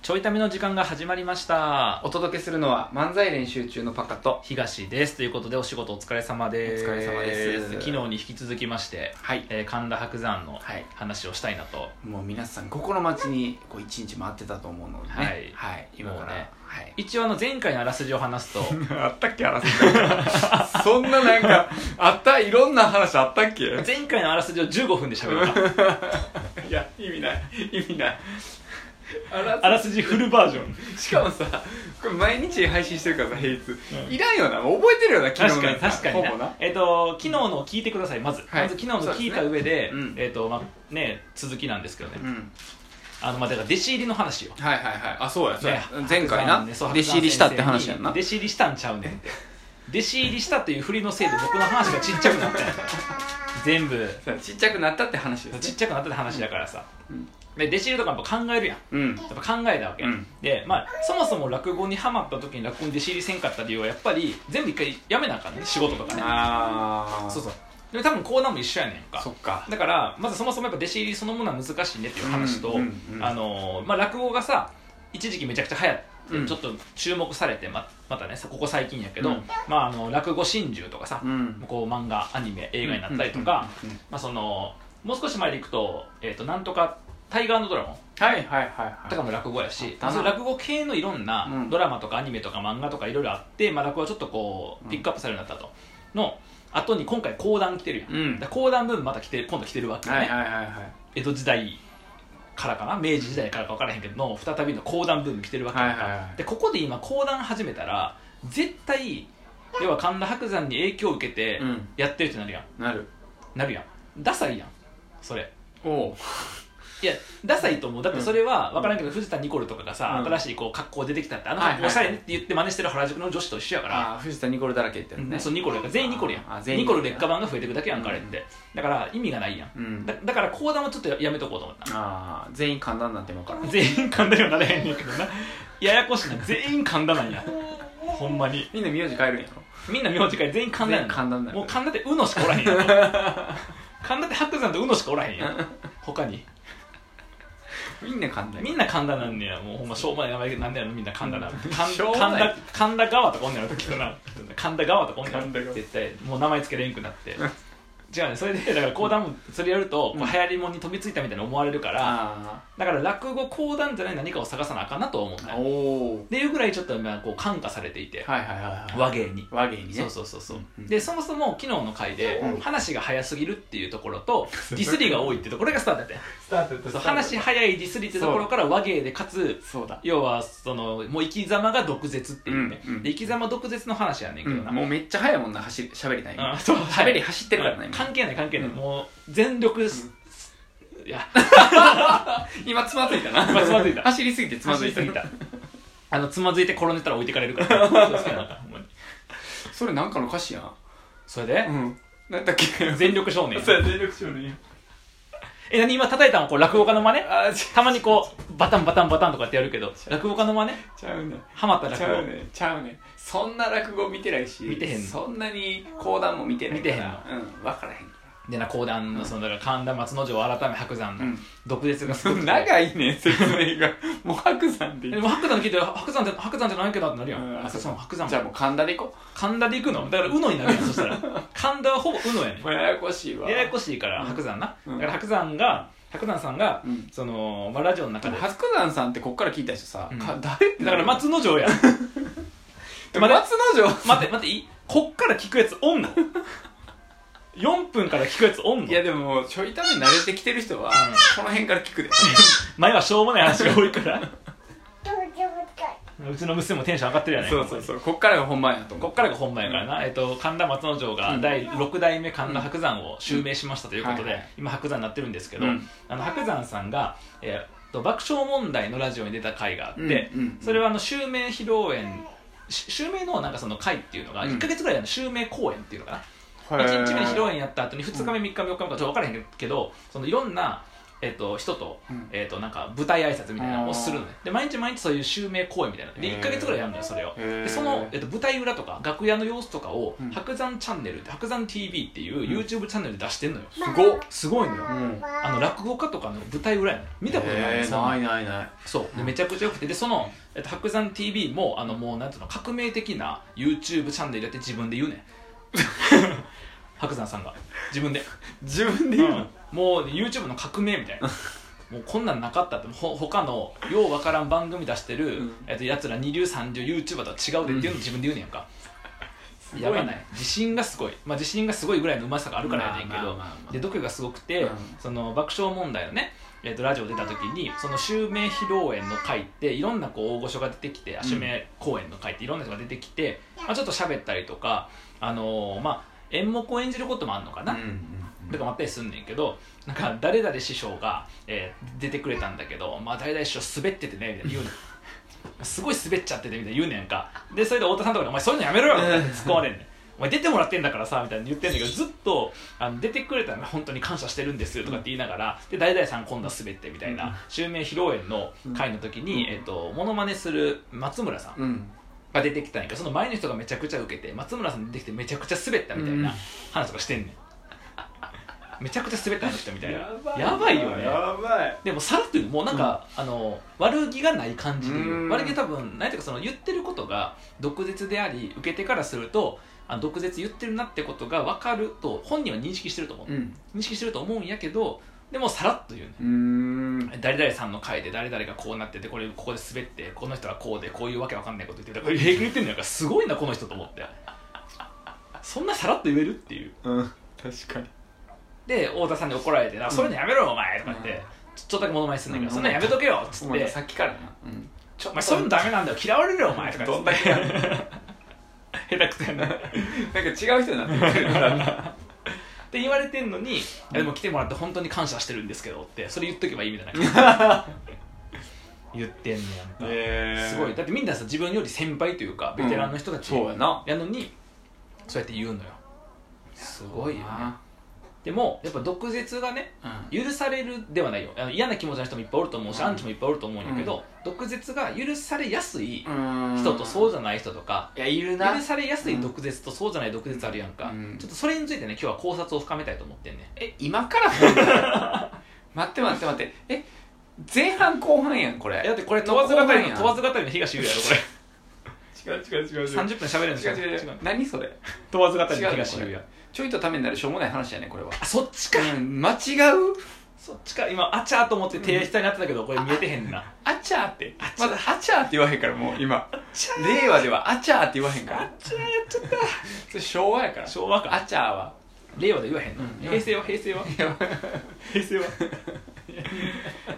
ちょいための時間が始まりましたお届けするのは漫才練習中のパカと東ですということでお仕事お疲れ様ですお疲れ様です昨日に引き続きまして、はいえー神田伯山のはい話をしたいなと、もう皆さんここの町にこう一日回ってたと思うのでねはい今から、もうねはい一応あの前回のあらすじを話すと あったっけ話 そんななんかあったいろんな話あったっけ い前回のあらすじを15分で喋った や意味ない意味ないあらあらすじフルバージョンしかもさこれ毎日配信してるからさ平日、うんいらんよなもう覚えてるよな昨日確のかにやつ確かにほぼななえっ、と昨日のを聞いてくださいまず、はいまず昨日の聞いた上でそうですねうんえっ、とまあね続きなんですけどね、うんあのまあだから弟子入りの話よはいはいはいあそうやそうやね前回な白山ねそう弟子入りしたって話やんな弟子入りしたんちゃうねんって弟子入りしたという振りのせいで僕の話がちっちゃくなったんや全部そうちっちゃくなったって話ですちっねちゃくなったって話だからさうんで弟子入りとかやっぱ考えるやんうんやっぱ考えたわけ、うんでまあそもそも落語にハマった時に落語に弟子入りせんかった理由はやっぱり全部一回やめなあかんね仕事とかねああそうそうで多分講談も一緒やねんかそっかだからまずそもそもやっぱ弟子入りそのものは難しいねっていう話と、うんうんうんあのーまあ、落語がさ一時期めちゃくちゃ流行って。うんちょっと注目されてままたねさここ最近やけど、うんまあ、あの落語真珠とかさ、うんこう漫画アニメ映画になったりとか、うんうんうんまあ、そのもう少し前でいくと,、えー、となんとか「タイガーのドラゴン」はいはいはいとかはも落語やし、あったなそういう落語系のいろんなうんドラマとかアニメとか漫画とかいろいろあって、まあ、落語はちょっとこうんうピックアップされるようになったと、の後に今回講談来てるやん、うんだから講談ブームまた来て今度来てるわけいよね、はいはいはいはい江戸時代からかな明治時代からか分からへんけどの再びの講談ブーム来てるわけやんか、はいはいはいでここで今講談始めたら絶対要は神田伯山に影響を受けてうんやってるってなるやん、なるなるやんダサいやんそれおおいやダサいと思うだってそれは分からんけど、藤田ニコルとかがさ、うん新しいこう格好出てきたってあのはいは格い好おしゃれねって言って真似してる原宿の女子と一緒やから、ああ藤田ニコルだらけってやつねそうニコルやから全員ニコルやあん全員ニニココルル劣化版が増えていくだけやんか、あれってだから意味がないやん、うんだだから講談はちょっとややめとこうと思ったああ全員簡単になってもうから全員神田にはなれへんねんけどなややこしいな全員神田なんやほんまにみんな名字変えるんやろみんな名字から全員神田やん全員神田になるもう神田ってうのしかおらへんやん神田って白山とうのしかおらへんやん他にみんな簡単みんな神田なんねやもうほんましょうもない名前なんだよみんな神田な神しょうもない田神田川とかおんねやろきっとな神田川とかおんねや神田ろ川絶対もう名前つけれんくなって違うねそれでだから講談もそれやると、うんこう流行りもんに飛びついたみたいに思われるから、あだから落語講談じゃない何かを探さなあかんなとは思うんだあよっおおていうぐらいちょっとまあこう感化されていて、はいはいはいはい和芸に和芸にねそうそうそうそう、うんでそもそも昨日の回でうん話が早すぎるっていうところ とディスりが多いっていうところがスタートだったよスタートそう話早いディスりっていうところから和芸でかつそうだ要はそのもう生き様が毒舌っていうね、うんうんで生き様毒舌の話やねんうけどんな、もうめっちゃ早いもんな走り喋りたいあそう喋、り走ってるからな、うん今関係ない関係ない、うんもう全力す、いや今つまずいたな今つまずいた走りすぎてつまずい走たりすぎた あのつまずいて転んでたら置いてかれる から気をつけなあかんほんまにそれなんかの歌詞やんそれで、んなんだっけ全力少年そうや全力少年やえ何今叩いたのこう落語家の真似あちたまにこうバタンバタンバタンとかってやるけど落語家の真似ちゃうねハマった落ちゃ語うねちゃうねそんな落語見てないし見てへんのそんなに講談も見てないから見てへんうん分からへんかでな講談のそのだから神田松之丞改め白山うのん毒舌がすらごくて長いね説 明がもう白山でいいでも白山聞いて白山じゃ白山じゃないけどってなるやん、うんあそうそう白山じゃあもう神田で行こ神田で行くのだからうのになるやんそしたら 神田はほぼうのやねうもうややこしいわんややこしいからうん白山な、うんだから白山が白山さんが、うんその、まあ、ラジオの中でだ白山さんってこっから聞いた人さ、うんか誰ってなかるら松之 丞やんでも松之丞待って待っていいこっから聞くやつおんの4分から聞くやつおんのいやでももうちょいため慣れてきてる人は、うんこの辺から聞くで前はしょうもない話が多いから Don't うちの娘もテンション上がってるやないそうそうそうこっからが本番やとこ思っからが本番やからな、えっと、神田松之丞うがん第6代目神田伯山を襲名しましたということで、うんはいはい今白山になってるんですけど、うんあの白山さんが、えー、と爆笑問題のラジオに出た回があって、うんうんそれはあの襲名披露宴し襲名のなんかその回っていうのがうん1か月ぐらいの襲名公演っていうのかな、う1日目に披露い宴やった後に2日目3日目4日目かちょっと分からへんけど、そのいろんなえっと人と,、うんえっとなんか舞台挨拶みたいなのをするのねで毎日毎日そういう襲名公演みたいなのでへー1か月ぐらいやるのよそれをへーでその、えっと舞台裏とか楽屋の様子とかをうん白山チャンネルで白山 TV っていう YouTube チャンネルで出してんのよ、すごっすごいのようんあの落語家とかの舞台裏やね見たことないえーそんなないないないそうでめちゃくちゃ良くてでその、えっと、白山 TV もあのもうなんていうの革命的な YouTube チャンネルやって自分で言うねん 白山さんが自分で自分でう言うんもう YouTube の革命みたい なもうこんなんなかったってほ他のようわからん番組出してる、うんえっと、やつら二流三流 YouTuber とは違うでっていうの自分で言うねんやんか、ごいやねばない自信がすごい、まあ、自信がすごいぐらいのうまさがあるからやねんけど、まあまあまあまあで度胸がすごくて、うんその爆笑問題のねえっとラジオ出た時にその襲名披露宴の回っていろんなこう大御所が出てきて、あ襲名公演の回っていろんな人が出てきて、まあ、ちょっと喋ったりとか、あのーまあ、演目を演じることもあるのかな、とかもあったりすんねんけどなんか誰々師匠が、えー出てくれたんだけど、まあ、誰々師匠滑っててねみたいな言うねんすごい滑っちゃっててみたいな言うねんかでそれで太田さんとかに「お前そういうのやめろよ」って突っ込まれんねんお前出てもらってんだからさみたいな言ってんだけどずっとあの出てくれたのが本当に感謝してるんですよとかって言いながらで誰々さん今度は滑ってみたいな襲名披露宴の会の時に、えっとモノマネする松村さんうんが出てきたんやけどその前の人がめちゃくちゃ受けて松村さん出てきてめちゃくちゃ滑ったみたいうんな話とかしてんねん、 めちゃくちゃ滑ったあの人みたいなやばいよねやばいでもさらっと言うのもうなんか、あの悪気がない感じで言ううん悪気多分ないというかその言ってることが毒舌であり受け手からするとあの毒舌言ってるなってことが分かると本人は認識してると思う、うん認識してると思うんやけどでもさらっと言うねうーん誰々さんの回で誰々がこうなっててこれここで滑ってこの人はこうでこういうわけわかんないこと言ってたこれ平気で言ってんのやからすごいなこの人と思ってそんなさらっと言えるっていううん確かにで太田さんに怒られて「なそういうのやめろよお前」とかって、うんちょちょっとだけ物まねすんだけど、うんそんなんやめとけよ」っつおっ前てさっきからなうんちょお前そういうのダメなんだよ嫌われるよお前」とかっつってどんだけやる 下手くそやなってなんか違う人になって くるからな言われてんのにいや「でも来てもらって本当に感謝してるんですけど」ってそれ言っとけばいいみたいな感じ 言ってんねやんか、えすごいだってみんなさ自分より先輩というかベテランの人たち、そうやなやのにそうやって言うのよすごいよねあでもやっぱ毒舌がねー許されるではないよあの嫌な気持ちの人もいっぱいおると思うし、うんアンチもいっぱいおると思うんやけど、毒舌が許されやすいうん人とそううじゃない人とか、いやいるな許されやすい毒舌とそうじゃない毒舌あるやんか、うんちょっとそれについてね今日は考察を深めたいと思ってんねえ今から 本題待って待って待ってえ前半後半やんこれいやだってこれ問わず語り後半のやん問わず語りの東優也やろ これ違う違う違う違う30分喋るんです違よう違う違う何それ問わず語りの東優違う也こちょいとためになるしょうもない話やねこれはあそっちか、うん間違うそっちか今あちゃーと思って手下になってたけどこれ見えてへんなあちゃーってまだあちゃーって言わへんからもう今令和ではあちゃーって言わへんからちゃーやっちゃっそれ昭和やからた昭和かあちゃーは令和で言わへんの、うん平成は平成は平成は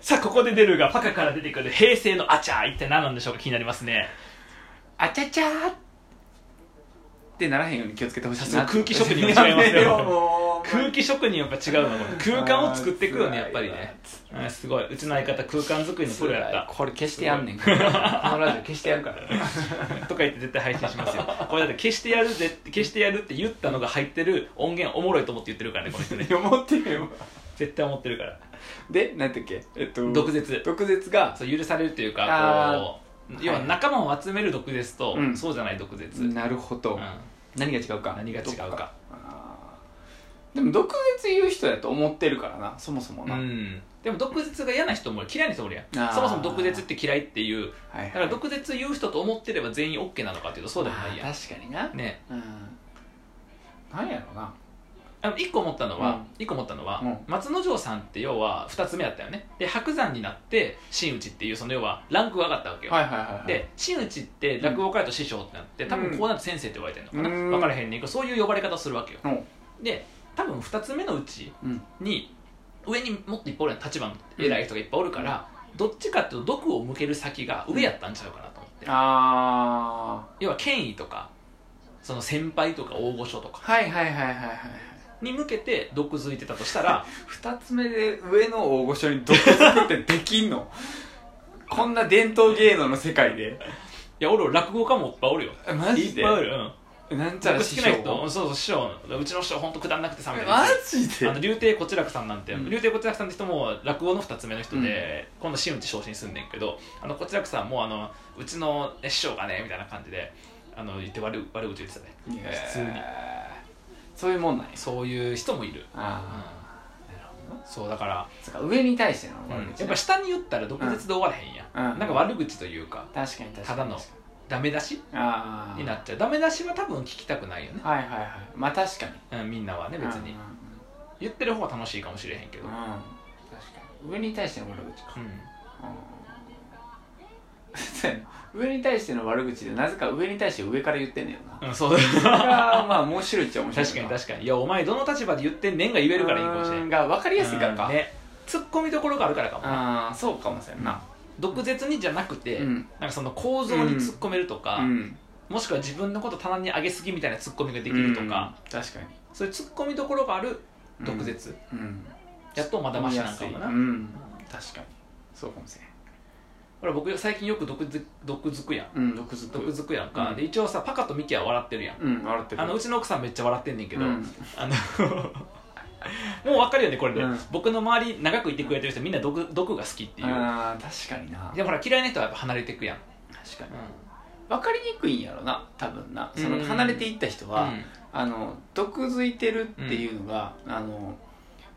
さあここで出るがパカから出てくる平成のあちゃー一体何なんでしょうか気になりますねあちゃちゃーってならへんように気をつけてほしいなさすが空気職人は違いますよやめもう空気職人やっぱ違うのこれ空間を作っていくよねやっぱりあーねうんすごいうちの相方空間作りのプロやったこれ消してやんねんから このラジオ消してやるからとか言って絶対配信しますよこれだって消してやるぜ消してやるって言ったのが入ってる音源おもろいと思って言ってるからねこの人ね思ってるよ絶対思ってるから で何だっけえっと毒舌毒舌がそう許されるというあかこう要は仲間を集める毒舌と、うんそうじゃない毒舌、うんなるほど、何が違うか何が違うかあーでも毒舌言う人やと思ってるからなそもそもうな、んでも毒舌が嫌な人も嫌いな人もいるやあんーそもそも毒舌って嫌いっていうはいはいだから毒舌言う人と思ってれば全員 OK なのかっていうとそうでもないまやあ確かになんねうんなんやろなあの一個思ったのうはん、一個思ったのは、うん松之丞さんって要は二つ目だったよねで白山になって真打ちっていうその要はランクが上がったわけよ、はいはいはいはいで真打ちって落語家やと師匠ってなって多分こうなると先生って呼ばれてるのかな、うん分からへんねんけどそういう呼ばれ方をするわけようんで多分二つ目のうちうんに上にもっといっぱいおるやん立場の偉い人がいっぱいおるから、どっちかっていうと毒を向ける先が上やったんちゃうかなと思って、あ要は権威とかその先輩とか大御所とーかはいはいはいはいはいはいに向けて毒づいてたとしたら 二つ目で上の大御所に毒舌ってでき んのこんな伝統芸能の世界でいや俺落語家もいっぱいおるよマジでいっぱいおる、うんなんちゃら僕好師きな匠人そうそう師匠うちの師匠本当くだんなくてさみたいなマジであの竜亭こちらくさんなんて、うん竜亭こちらくさんって人も落語の2つ目の人で、今度真打ち昇進すんねんけどあのこちらくさんもあのうちの師匠がねみたいな感じであの言って悪い悪口言ってたねいや普通にそういうもんなんやそういう人もいる、うんああなるほどなそうだから、つうか上に対しての悪口やっぱ下に言ったら毒舌で終われへんや、うんなんか悪口というか確かに確かにただの確かダメ出しにああになっちゃうダメ出しは多分聞きたくないよね、はいはいはいまあ確かにうん、みんなはね別にうん言ってる方が楽しいかもしれへんけど、ううんうんん確かに上に対しての悪口かうんそうやな上に対しての悪口でなぜか上に対して上から言ってんねんよ なうん、そうだそれがまあ面白いっちゃ面白い確かに確かにいやお前どの立場で言ってんねんが言えるからいいかもしれうーんんが分かりやすいからか、うんねツッコミどころがあるからかもああそうかもしれんな毒舌にじゃなくて、うんなんかその構造に突っ込めるとか、うんもしくは自分のこと棚に上げすぎみたいな突っ込みができるとか、うん確かにそういう突っ込みどころがある毒舌、うんやっとまだマシなんかもな、うこん確かにそうかもしれんれ僕最近よく毒づ毒づくやんうん毒づ毒づくやんか、うんで一応さパカとミキは笑ってるやん、うん笑ってるあのうちの奥さんめっちゃ笑ってんねんけど、うんあの もう分かるよねこれで、うん僕の周り長くいてくれてる人みんな毒毒が好きっていうあー確かになでもほら嫌いな人はやっぱ離れてくやん、確かに分かりにくいんやろな多分なそうんの離れていった人は、うんあの毒づいてるっていうのが、あの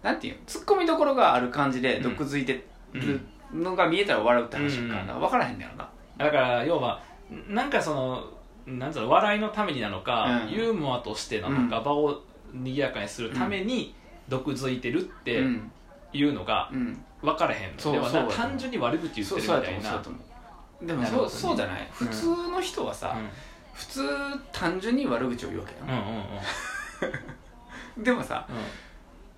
なんていうのツッコミどころがある感じでうん毒づいてるのが見えたら笑うって話か,、うん分からへんねやろなだから要はんなんかそのなんつうの笑いのためになのか、うんユーモアとしてなのか、うん場を賑やかにするために毒づいてるってうんいうのがうん分からへんの、そうでもなそうだと思う単純に悪口言ってそるうみそうやとた思いうそうやなと思うでもなるほそどねうそうじゃないうん普通の人はさ、普通単純に悪口を言うわけうよん、うんうんうんでもさうん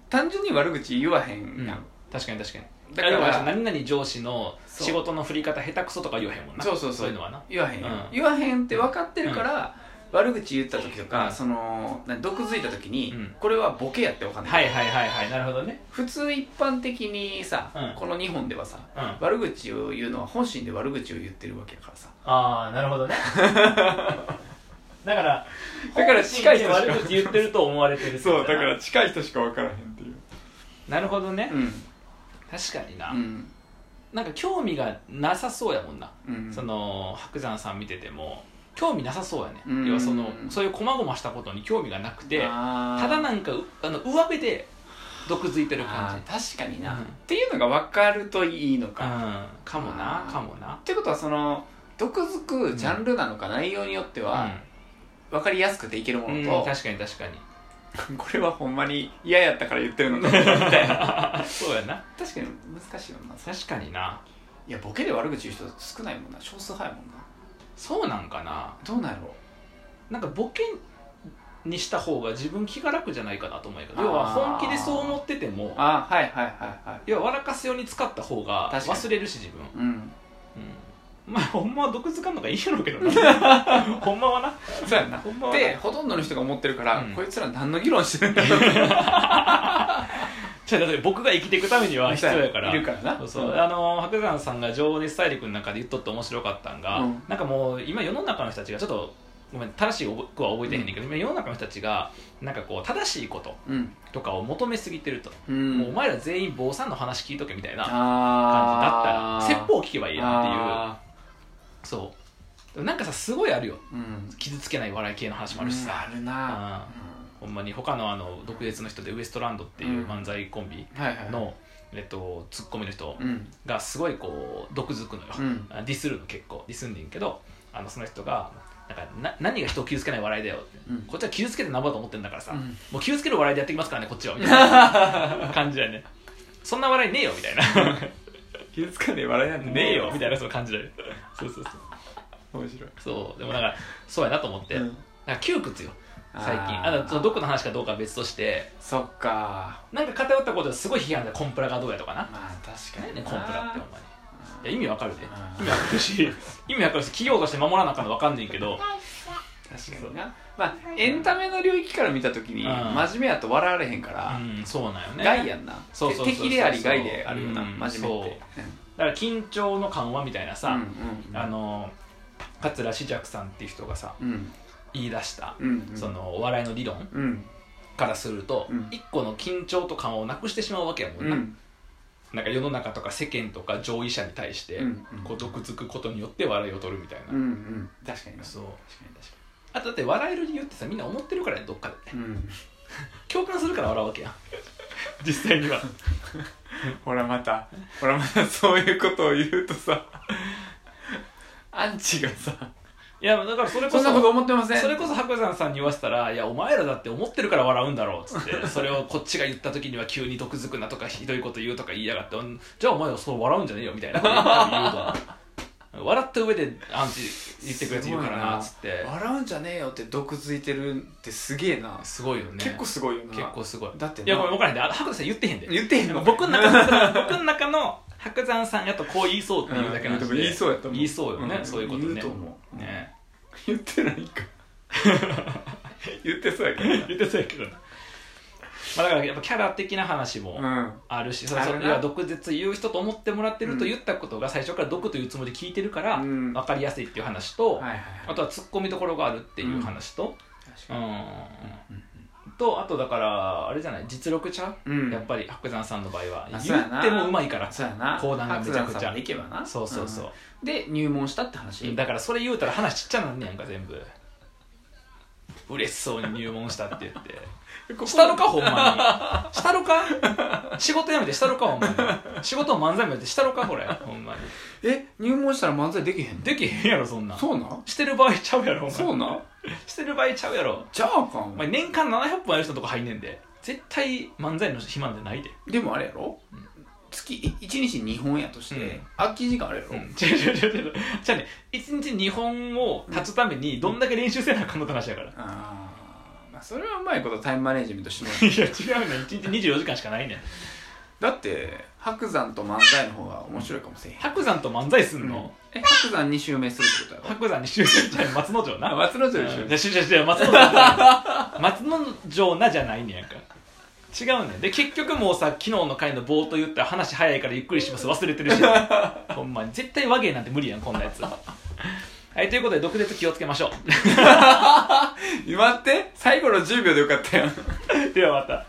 単純に悪口言わへんやん、確かに確かにだだかからら何々上司のそう仕事の振り方下手くそとか言わへんもんなそうそうそういうのはな言わへんよ、うん言わへんって分かってるから、悪口言った時とか、うんそのな毒づいた時に、うんこれはボケやって分かんない、はいはいはいはいなるほどね普通一般的にさ、うんこの日本ではさうんあ悪口を言うのは本心で悪口を言ってるわけやからさあーなるほど ねだからだから近い人しか本心で悪口言ってると思われてるってこと な近い人しか分からへんっていうなるほどね、うん確かにな、うんなんか興味がなさそうやもんな、うんその白山さん見てても興味なさそうやね、うん要はそのそういうこまごましたことに興味がなくてたただなんかうあの上辺で毒づいてる感じ確かにな、うんっていうのが分かるといいのうか、っんかもなあーかもなてことはその毒づくジャンルなのか、内容によっては、分かりやすくていけるもうん、のうんと、確かに確かに これはほんまに嫌やったから言ってるのか みたいなそうやな確かに難しいよな確かにないやボケで悪口言う人少ないもんな少数派やもんなそうなんかなどうなんやろなんかボケにした方が自分気が楽じゃないかなと思うけど要は本気でそう思っててもあはいはいはいはい要は笑かすように使った方が確かに忘れるし自分うんうんまあほんまは毒づかんのがいいやろうけど なほんまはなそうやんなほんまはでなほとんどの人が思ってるから、うんこいつら何の議論してる んだろうじゃあだって僕が生きていくためには必要やからいるからなそうそう、うんあの白山さんが「情熱大陸」の中で言っとって面白かったんが、うんなんかもう今世の中の人たちがちょっとごめん正しい句は覚えてへんねんけど、今世の中の人たちがなんかこう正しいことうん、とかを求めすぎてると、うん、もうお前ら全員坊さんの話聞いとけみたいな感じだったあらー説法聞けばいいやってあいうそうでもなんかさすごいあるよーうん傷つけない笑い系の話もあるしさ、あるなほんまに他のあの独立の人でウエストランドっていう漫才コンビうんはいはいはいの、えっと、ツッコミの人うんがすごいこう毒づくのよ、うんあディスるの結構ディスんねんけどあのその人がなんかな何が人を傷つけない笑いだよって、うんこっちは傷つけてなんぼだと思ってんだからさ、うんもう傷つける笑いでやってきますからねこっちはみたいな 感じだよねそんな笑いねえよみたいな傷つかねえ笑いなんてねえよみたいなその感じだよそうそうそう面白いそうでもなんかそうやなと思って、うんなんか窮屈よ最近ああーのその毒の話かどうかは別としてそっかなんか偏ったことですごい批判でコンプラがどうやとかな。まあ確か何やにねんなコンプラってお前。いや意味わかるで。意あー味わかるし、 意味わかるし、企業として守らなあかんのわかんねんけど、確かになまあエンタメの領域から見た時にうん真面目やと笑われへんから、うん、そうなんよね。害やんなそうそうそうそう敵であり害であるよな、うん真面目ってだから緊張の緩和みたいなさ、うんうんうんあの、桂志尺さんっていう人がさ、うん言い出した、うんうんそのお笑いの理論うんからすると、うん一個の緊張と感をなくしてしまうわけやもうんな,、んなんか世の中とか世間とか上位者に対して、うんうんこう毒づくことによって笑いを取るみたいな、うんうん確かになそう確かに確かあとだって笑える理由ってさみんな思ってるからやどっかでにうん共感するから笑うわけやん 実際にはほらまたほらまたそういうことを言うとさアンチがさいやだからそれこそそんなこと思ってませんそれこそ白山さんに言わせたら「いやお前らだって思ってるから笑うんだろ」うっつ ってそれをこっちが言った時には急に毒づくなとかひどいこと言うとか言いやがってうんじゃあお前らそう笑うんじゃねえよみたいなこと 言うと笑った上でアンチ言ってくるやついるからなっつって笑うんじゃねえよって毒づいてるってすげえな、すごいよね結構すごいよな結構すごいだってないやごめん分からへんであの白山さん言ってへんで言ってへんの僕の中 の僕の中の白山さんやとこう言いそうっていうだけなんで、うん言いそうやと思う言いそうよね、んそういうことね言うと思う、ね 言ってないか 言ってそうやけど言ってそうやけどなまあだからやっぱキャラ的な話も、なあるしそあれるそなれは毒舌言う人と思ってもらってるとうん言ったことが最初から毒というつもりで聞いてるからう分んかりやすいっていう話と、うんはいはいはあいとはツッコミどころがあるっていう話と、確うんかとあとだからあれじゃない実力ちゃう、にうんやっぱり白山さんの場合はあそう言やなってもうまいからそうやな講談がめちゃくちゃ白山さんまで行けばなそうそうそう、うんで入門したって話だからそれ言うたら話ちっちゃなんねやんか全部嬉しそうに入門したって言ってしたろかほんまにしたろか仕事辞めてしたろかほんまに仕事も漫才もやってしたろかこれほんまにえ入門したら漫才できへんのできへんやろそんなんそうなんしてる場合ちゃうやろお前そうなんしてる場合ちゃうやろじゃああかおん前年間700本やる人のとこ入んねんで絶対漫才の暇なんてないででもあれやろ月1日2本やとしうてん空き時間あれやろ違う違う違う違うじゃあね1日2本を立つためにどんだけ練習せなあかんのって話やから、あーまあそれはうまいことタイムマネジメントしてもらう いや違うねん1日24時間しかないねんだって白山と漫才の方が面白いかもしれへん白山と漫才すんの、え白山2周目するってことやろ白山に就職じゃん松之丞なあ松之丞でしうんょじゃしじゃしじゃ松之丞じゃない松之丞なじゃないねやんか違うねんで結局もうさ昨日の回の冒頭言ったら話早いからゆっくりします忘れてるしほんまに絶対和芸なんて無理やんこんなやつはいということで毒舌気をつけましょう待って最後の10秒でよかったや んではまた